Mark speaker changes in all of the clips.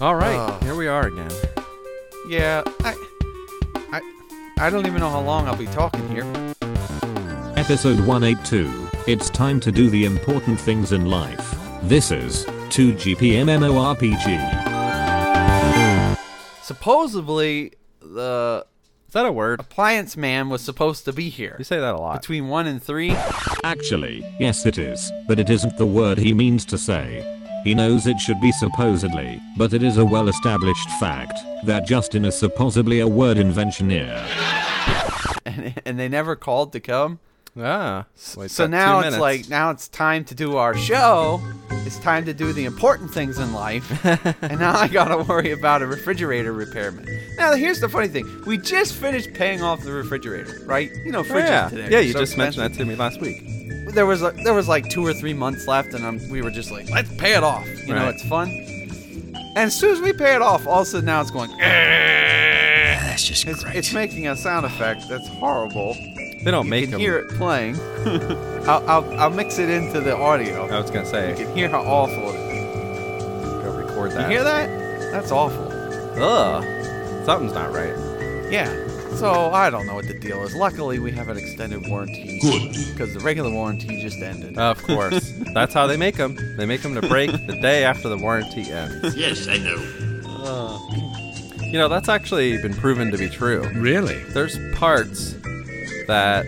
Speaker 1: All right,
Speaker 2: Oh.
Speaker 1: here we are again.
Speaker 2: Yeah, I, I, I don't even know how long I'll be talking here.
Speaker 3: Episode 182. It's time to do the important things in life. This is 2GPMMORPG.
Speaker 2: Supposedly, the
Speaker 1: Is that a word?
Speaker 2: appliance man was supposed to be here
Speaker 1: You say that a lot.
Speaker 2: between one and three.
Speaker 3: Actually, yes it is, but it isn't the word he means to say. He knows it should be supposedly, but it is a well established fact that Justin is supposedly a word inventioneer.
Speaker 2: and, and they never called to come.
Speaker 1: ah. wait, got
Speaker 2: So
Speaker 1: two
Speaker 2: now it's
Speaker 1: minutes.
Speaker 2: like now it's time to do our show. It's time to do the important things in life. and now I gotta worry about a refrigerator repairman. Now here's the funny thing: we just finished paying off the refrigerator, right? You know,
Speaker 1: Oh,
Speaker 2: fridges
Speaker 1: yeah.
Speaker 2: today.
Speaker 1: yeah, you just mentioned that to me last week.
Speaker 2: that. There was like, there was like two or three months left, and um, we were just like, let's pay it off. You know,
Speaker 1: Right.
Speaker 2: it's fun. And as soon as we pay it off, all of a sudden now it's going. "Eh."
Speaker 4: That's just
Speaker 2: It's,
Speaker 4: great.
Speaker 2: it's making a sound effect that's horrible.
Speaker 1: They don't
Speaker 2: You
Speaker 1: make
Speaker 2: can
Speaker 1: them.
Speaker 2: hear it playing. I'll, I'll, I'll mix it into the audio.
Speaker 1: I was gonna
Speaker 2: You
Speaker 1: say,
Speaker 2: can hear how awful it is.
Speaker 1: go record
Speaker 2: You
Speaker 1: that.
Speaker 2: hear that? That's awful.
Speaker 1: Ugh, something's not right.
Speaker 2: Yeah. So I don't know what the deal is. Luckily, we have an extended warranty. Good. Because the regular warranty just ended.
Speaker 1: Of course, that's how they make them. They make them to break the day after the warranty ends.
Speaker 4: yes, I know.
Speaker 1: You know, that's actually been proven to be true.
Speaker 4: Really?
Speaker 1: There's parts that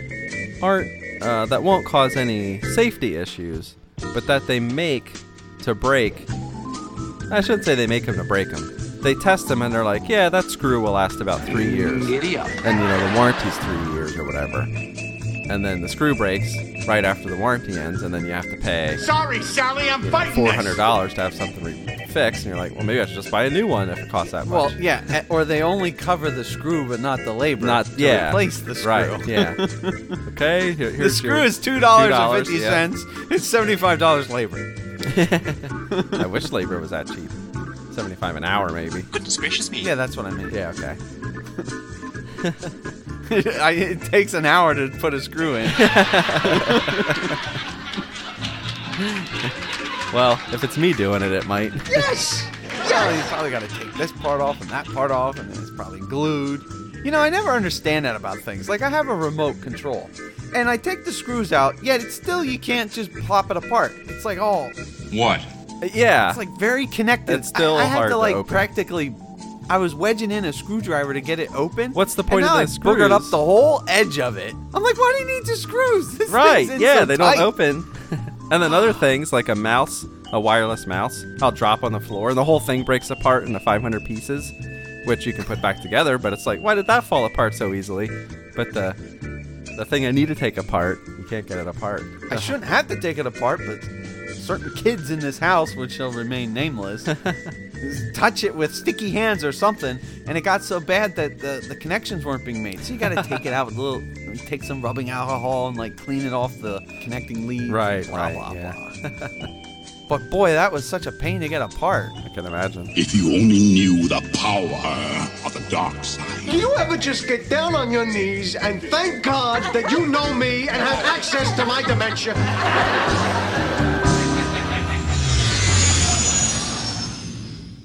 Speaker 1: aren't uh, that won't cause any safety issues, but that they make to break. I shouldn't say they make them to break them. They test them and they're like, yeah, that screw will last about three years.
Speaker 4: Giddy up.
Speaker 1: and you know the warranty's three years or whatever and then the screw breaks right after the warranty ends and then you have to pay
Speaker 5: Sorry, Sally, I'm fighting
Speaker 1: four
Speaker 5: this.
Speaker 1: hundred dollars to have something re- fixed and you're like well maybe i should just buy a new one if it costs that
Speaker 2: well,
Speaker 1: much
Speaker 2: yeah. eh, Or they only cover the screw, but not the labor.
Speaker 1: not
Speaker 2: to
Speaker 1: yeah
Speaker 2: Replace the screw.
Speaker 1: right yeah okay here-
Speaker 2: The
Speaker 1: here's
Speaker 2: screw
Speaker 1: your-
Speaker 2: is two dollars and
Speaker 1: $2,
Speaker 2: fifty
Speaker 1: yeah.
Speaker 2: cents. It's seventy-five dollars labor.
Speaker 1: i wish labor was that cheap 75 an hour maybe
Speaker 4: Goodness gracious me.
Speaker 2: Yeah, that's what I mean.
Speaker 1: yeah okay
Speaker 2: I, it takes an hour to put a screw in.
Speaker 1: well if it's me doing it it might
Speaker 2: Yeah, you probably got to take this part off and that part off, and then it's probably glued. You know, I never understand that about things. Like, I have a remote control, and I take the screws out, yet it's still, you can't just plop it apart. It's like all,
Speaker 5: What?
Speaker 1: yeah
Speaker 2: it's like very connected.
Speaker 1: It's still
Speaker 2: I, I had
Speaker 1: hard
Speaker 2: to,
Speaker 1: to
Speaker 2: like,
Speaker 1: open.
Speaker 2: practically, I was wedging in a screwdriver to get it open.
Speaker 1: What's the point of
Speaker 2: and now
Speaker 1: the
Speaker 2: I boogered up
Speaker 1: screws?
Speaker 2: the whole edge of it. I'm like, why do you need the screws? This
Speaker 1: Right.
Speaker 2: thing's in
Speaker 1: Yeah,
Speaker 2: so
Speaker 1: they
Speaker 2: tight.
Speaker 1: don't open. and then other things like a mouse, a wireless mouse, I'll drop on the floor and the whole thing breaks apart into 500 pieces, which you can put back together. But it's like, why did that fall apart so easily? But the the thing I need to take apart, you can't get it apart.
Speaker 2: I shouldn't have to take it apart, but certain kids in this house, which shall remain nameless, touch it with sticky hands or something, and it got so bad that the, the connections weren't being made. So you gotta take it out with a little, take some rubbing alcohol and like clean it off the connecting leads. and
Speaker 1: Right,
Speaker 2: blah,
Speaker 1: right,
Speaker 2: blah,
Speaker 1: yeah.
Speaker 2: blah. but boy, that was such a pain to get apart.
Speaker 1: I can imagine.
Speaker 6: If you only knew the power of the dark side.
Speaker 5: Do you ever just get down on your knees and thank God that you know me and have access to my dementia?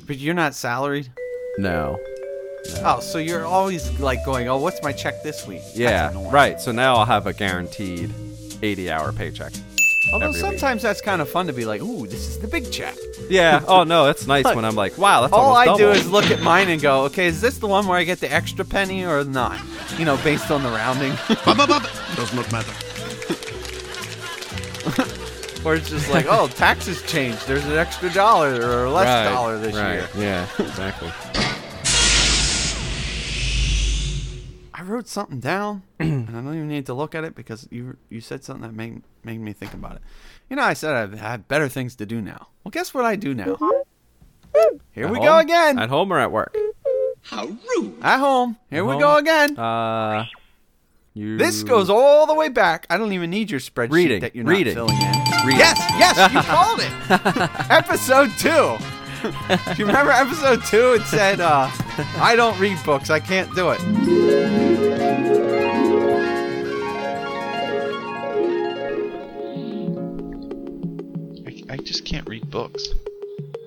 Speaker 2: But you're not salaried.
Speaker 1: No.
Speaker 2: Oh, so you're always like going, oh, what's my check this week? That's
Speaker 1: Yeah.
Speaker 2: annoying.
Speaker 1: Right. So now I'll have a guaranteed 80-hour paycheck.
Speaker 2: Although
Speaker 1: every week.
Speaker 2: sometimes that's kind of fun to be like, ooh, this is the big check.
Speaker 1: Yeah. Oh no, it's nice
Speaker 2: Look,
Speaker 1: when I'm like, wow, that's
Speaker 2: All I
Speaker 1: almost
Speaker 2: do
Speaker 1: double.
Speaker 2: is look at mine and go, okay, is this the one where I get the extra penny or not? You know, based on the rounding.
Speaker 6: Bub, bub, bub. Does not matter.
Speaker 2: or it's just like, oh, taxes changed. There's an extra dollar or less
Speaker 1: Right,
Speaker 2: dollar this
Speaker 1: right.
Speaker 2: year.
Speaker 1: Yeah. Exactly.
Speaker 2: I wrote something down, and I don't even need to look at it because you you said something that made made me think about it. You know, I said I've had better things to do now. Well, guess what I do now? Here
Speaker 1: At
Speaker 2: we
Speaker 1: home?
Speaker 2: go again.
Speaker 1: At home or at work?
Speaker 6: How rude.
Speaker 2: At home. Here we
Speaker 1: home?
Speaker 2: go again.
Speaker 1: Uh, you.
Speaker 2: This goes all the way back. I don't even need your spreadsheet
Speaker 1: Reading,
Speaker 2: that you're
Speaker 1: reading,
Speaker 2: not filling in.
Speaker 1: reading.
Speaker 2: Yes, yes, you called it. episode two. Do you remember episode two? It said, uh, "I don't read books. I can't do it."
Speaker 7: I, I just can't read books.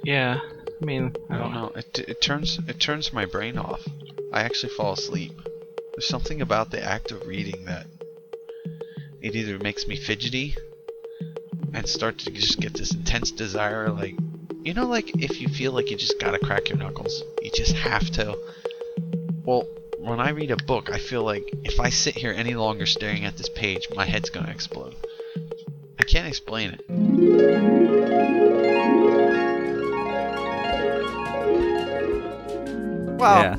Speaker 8: Yeah,
Speaker 7: I mean,
Speaker 8: I don't know. It, it turns it turns my brain off. I actually fall asleep. There's something about the act of reading that it either makes me fidgety and start to just get this intense desire, like you know, like if you feel like you just gotta crack your knuckles, you just have to. Well, when I read a book, I feel like if I sit here any longer staring at this page, my head's gonna explode. I can't explain it.
Speaker 2: Well,
Speaker 1: yeah.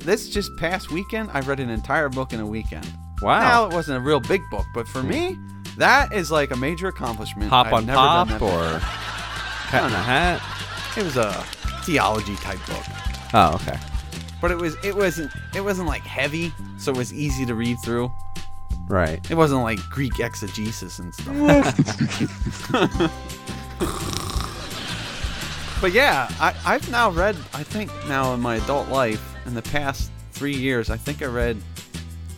Speaker 2: this just past weekend, I read an entire book in a weekend. Now
Speaker 1: Wow.
Speaker 2: it wasn't a real big book, but for me, that is like a major accomplishment.
Speaker 1: Hop
Speaker 2: I've
Speaker 1: on
Speaker 2: never
Speaker 1: pop
Speaker 2: done that before.
Speaker 1: or cat in a hat.
Speaker 2: it was a theology type book,
Speaker 1: Oh, okay.
Speaker 2: but it was it wasn't it wasn't like heavy, so it was easy to read through.
Speaker 1: Right.
Speaker 2: It wasn't like Greek exegesis and stuff. but yeah, I, I've now read, I think now in my adult life, in the past three years, I think I read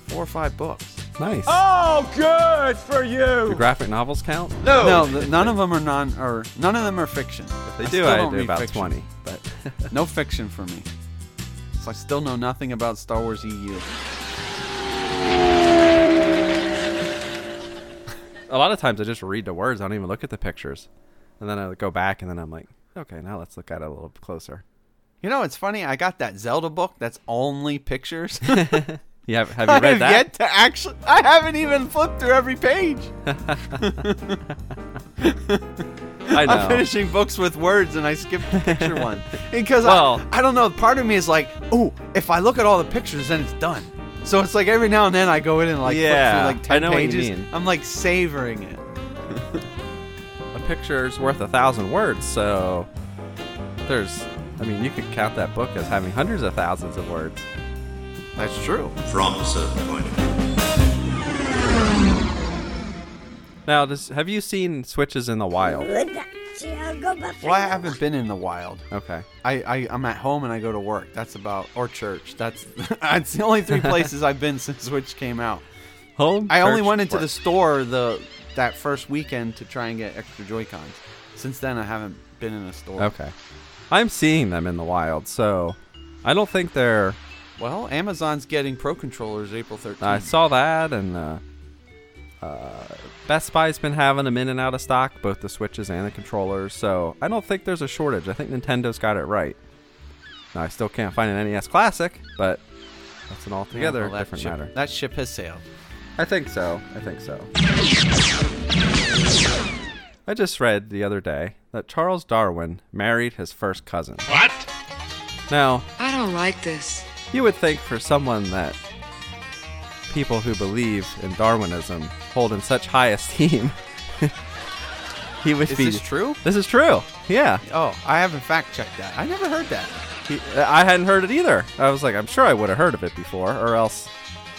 Speaker 2: four or five books.
Speaker 1: Nice.
Speaker 9: Oh, good for
Speaker 1: Do
Speaker 9: you.
Speaker 1: graphic novels count?
Speaker 2: No, th- none of them are non or none of them are fiction.
Speaker 1: They do.
Speaker 2: I still
Speaker 1: I
Speaker 2: don't
Speaker 1: do
Speaker 2: read
Speaker 1: about
Speaker 2: fiction.
Speaker 1: twenty, but
Speaker 2: No fiction for me. So I still know nothing about Star Wars E EU.
Speaker 1: a lot of times I just read the words. I don't even look at the pictures, and then I go back and then I'm like, okay, now let's look at it a little closer.
Speaker 2: You know, it's funny. I got that Zelda book that's only pictures.
Speaker 1: You have have you
Speaker 2: I
Speaker 1: read
Speaker 2: have
Speaker 1: that?
Speaker 2: yet to actually. I haven't even flipped through every page.
Speaker 1: I know.
Speaker 2: I'm finishing books with words, and I skipped the picture one because
Speaker 1: Well-
Speaker 2: I, I don't know. Part of me is like, oh, if I look at all the pictures, then it's done. So it's like every now and then I go in and like flip
Speaker 1: Yeah,
Speaker 2: through like ten
Speaker 1: I know what you
Speaker 2: pages.
Speaker 1: mean.
Speaker 2: I'm like savoring it.
Speaker 1: a picture's worth a thousand words, so there's. I mean, you could count that book as having hundreds of thousands of words.
Speaker 2: That's true.
Speaker 6: From a certain point of view.
Speaker 1: Now, does, have you seen switches in the wild?
Speaker 2: Well, I haven't been in the wild.
Speaker 1: Okay.
Speaker 2: I, I I'm at home and I go to work. That's about or church. That's that's the only three places I've been since Switch came out.
Speaker 1: Home.
Speaker 2: I only
Speaker 1: church,
Speaker 2: went into
Speaker 1: work.
Speaker 2: the store the that first weekend to try and get extra Joy Cons. Since then, I haven't been in a store.
Speaker 1: Okay. I'm seeing them in the wild, so I don't think they're.
Speaker 2: Well, Amazon's getting Pro controllers April 13th.
Speaker 1: I saw that, and uh, uh, Best Buy's been having them in and out of stock, both the Switches and the controllers. So I don't think there's a shortage. I think Nintendo's got it right. Now, I still can't find an NES Classic, but that's an
Speaker 2: Yeah, well,
Speaker 1: altogether
Speaker 2: that
Speaker 1: different
Speaker 2: ship,
Speaker 1: matter.
Speaker 2: That ship has sailed.
Speaker 1: I think so. I think so. I just read the other day that Charles Darwin married his first cousin. What? Now,
Speaker 10: I don't like this.
Speaker 1: you would think for someone that people who believe in Darwinism hold in such high esteem, he would
Speaker 2: Is
Speaker 1: be.
Speaker 2: this true?
Speaker 1: This is true. Yeah.
Speaker 2: Oh, I haven't fact checked that. I never heard that.
Speaker 1: He, I hadn't heard it either. I was like, I'm sure I would have heard of it before, or else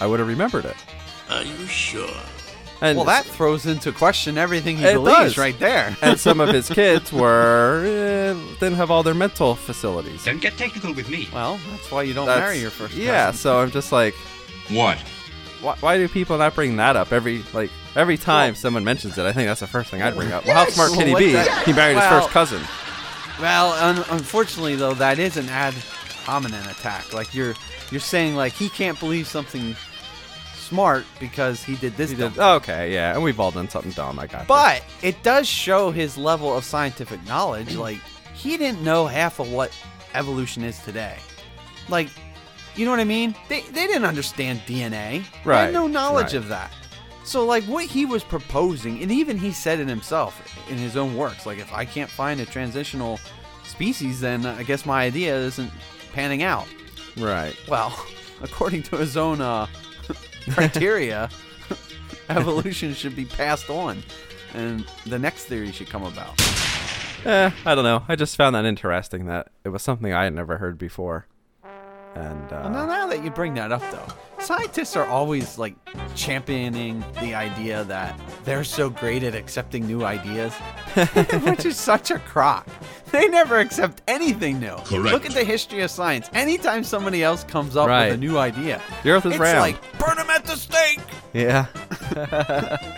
Speaker 1: I would have remembered it.
Speaker 6: Are you sure?
Speaker 1: And
Speaker 2: Well, that throws into question everything he
Speaker 1: It
Speaker 2: believes
Speaker 1: does.
Speaker 2: right there.
Speaker 1: and some of his kids were eh, didn't have all their mental facilities.
Speaker 4: Don't get technical with me.
Speaker 2: well, that's why you don't
Speaker 1: That's-
Speaker 2: marry your first
Speaker 1: Yeah,
Speaker 2: cousin.
Speaker 1: so I'm just like,
Speaker 6: What?
Speaker 1: why, why do people not bring that up every like every time someone mentions it? I think that's the first thing I'd bring up. Well, how smart can he
Speaker 2: Well,
Speaker 1: be?
Speaker 2: what the-
Speaker 1: He married his
Speaker 2: Well-
Speaker 1: first cousin.
Speaker 2: Well, un- unfortunately, though, that is an ad hominem attack. Like you're you're saying, like he can't believe something smart because he did this.
Speaker 1: He
Speaker 2: dumb
Speaker 1: did. Okay, yeah, and we've all done something dumb. I got. that.
Speaker 2: But it does show his level of scientific knowledge. Like, he didn't know half of what evolution is today. Like, you know what I mean? They, they didn't understand DNA. They
Speaker 1: Right,
Speaker 2: had no knowledge
Speaker 1: right.
Speaker 2: of that. So, like, what he was proposing, and even he said it himself in his own works like, if I can't find a transitional species, then I guess my idea isn't panning out.
Speaker 1: right,
Speaker 2: Well, according to his own uh, criteria, evolution should be passed on, and the next theory should come about.
Speaker 1: eh, I don't know. I just found that interesting that it was something I had never heard before, and uh,
Speaker 2: Well, now, now that you bring that up, though, scientists are always like championing the idea that they're so great at accepting new ideas, which is such a crock. They never accept anything new.
Speaker 6: Correct.
Speaker 2: Look at the history of science. Anytime somebody else comes up
Speaker 1: Right.
Speaker 2: with a new idea,
Speaker 1: The Earth is
Speaker 2: it's
Speaker 1: round.
Speaker 2: like burn them at the stake.
Speaker 1: yeah,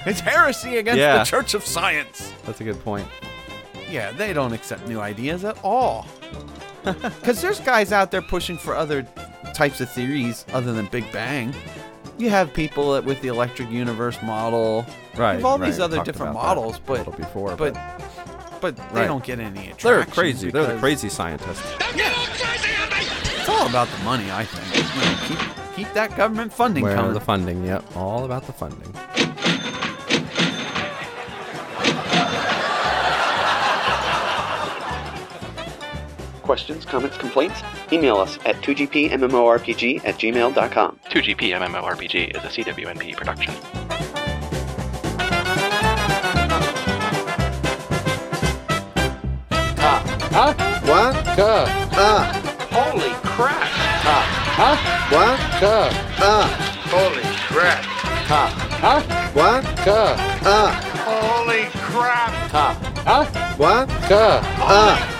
Speaker 2: It's heresy against
Speaker 1: Yeah.
Speaker 2: the Church of Science.
Speaker 1: that's a good point.
Speaker 2: Yeah, they don't accept new ideas at all. Because there's guys out there pushing for other types of theories other than Big Bang. You have people that with the electric universe model.
Speaker 1: Right,
Speaker 2: You have all these
Speaker 1: right,
Speaker 2: other
Speaker 1: talked
Speaker 2: different
Speaker 1: about that
Speaker 2: models,
Speaker 1: a
Speaker 2: but
Speaker 1: little before,
Speaker 2: but but they
Speaker 1: Right.
Speaker 2: don't get any attraction.
Speaker 1: They're crazy. They're the
Speaker 2: because
Speaker 1: crazy scientists.
Speaker 2: It's all about the money, I think. You know, Keep, keep that government funding
Speaker 1: Where
Speaker 2: coming.
Speaker 1: the funding? Yep, all about the funding.
Speaker 7: Questions, comments, complaints? Email us at 2gpmmorpg at gmail.com.
Speaker 10: 2GP MMORPG is a CWNP production.
Speaker 5: Huh? What? Duh. Uh. Holy crap. Huh? Huh? What? Duh. Uh. Holy crap. Huh? Huh? What? Duh. Uh. Holy crap. Huh? Huh? What? Duh. Uh.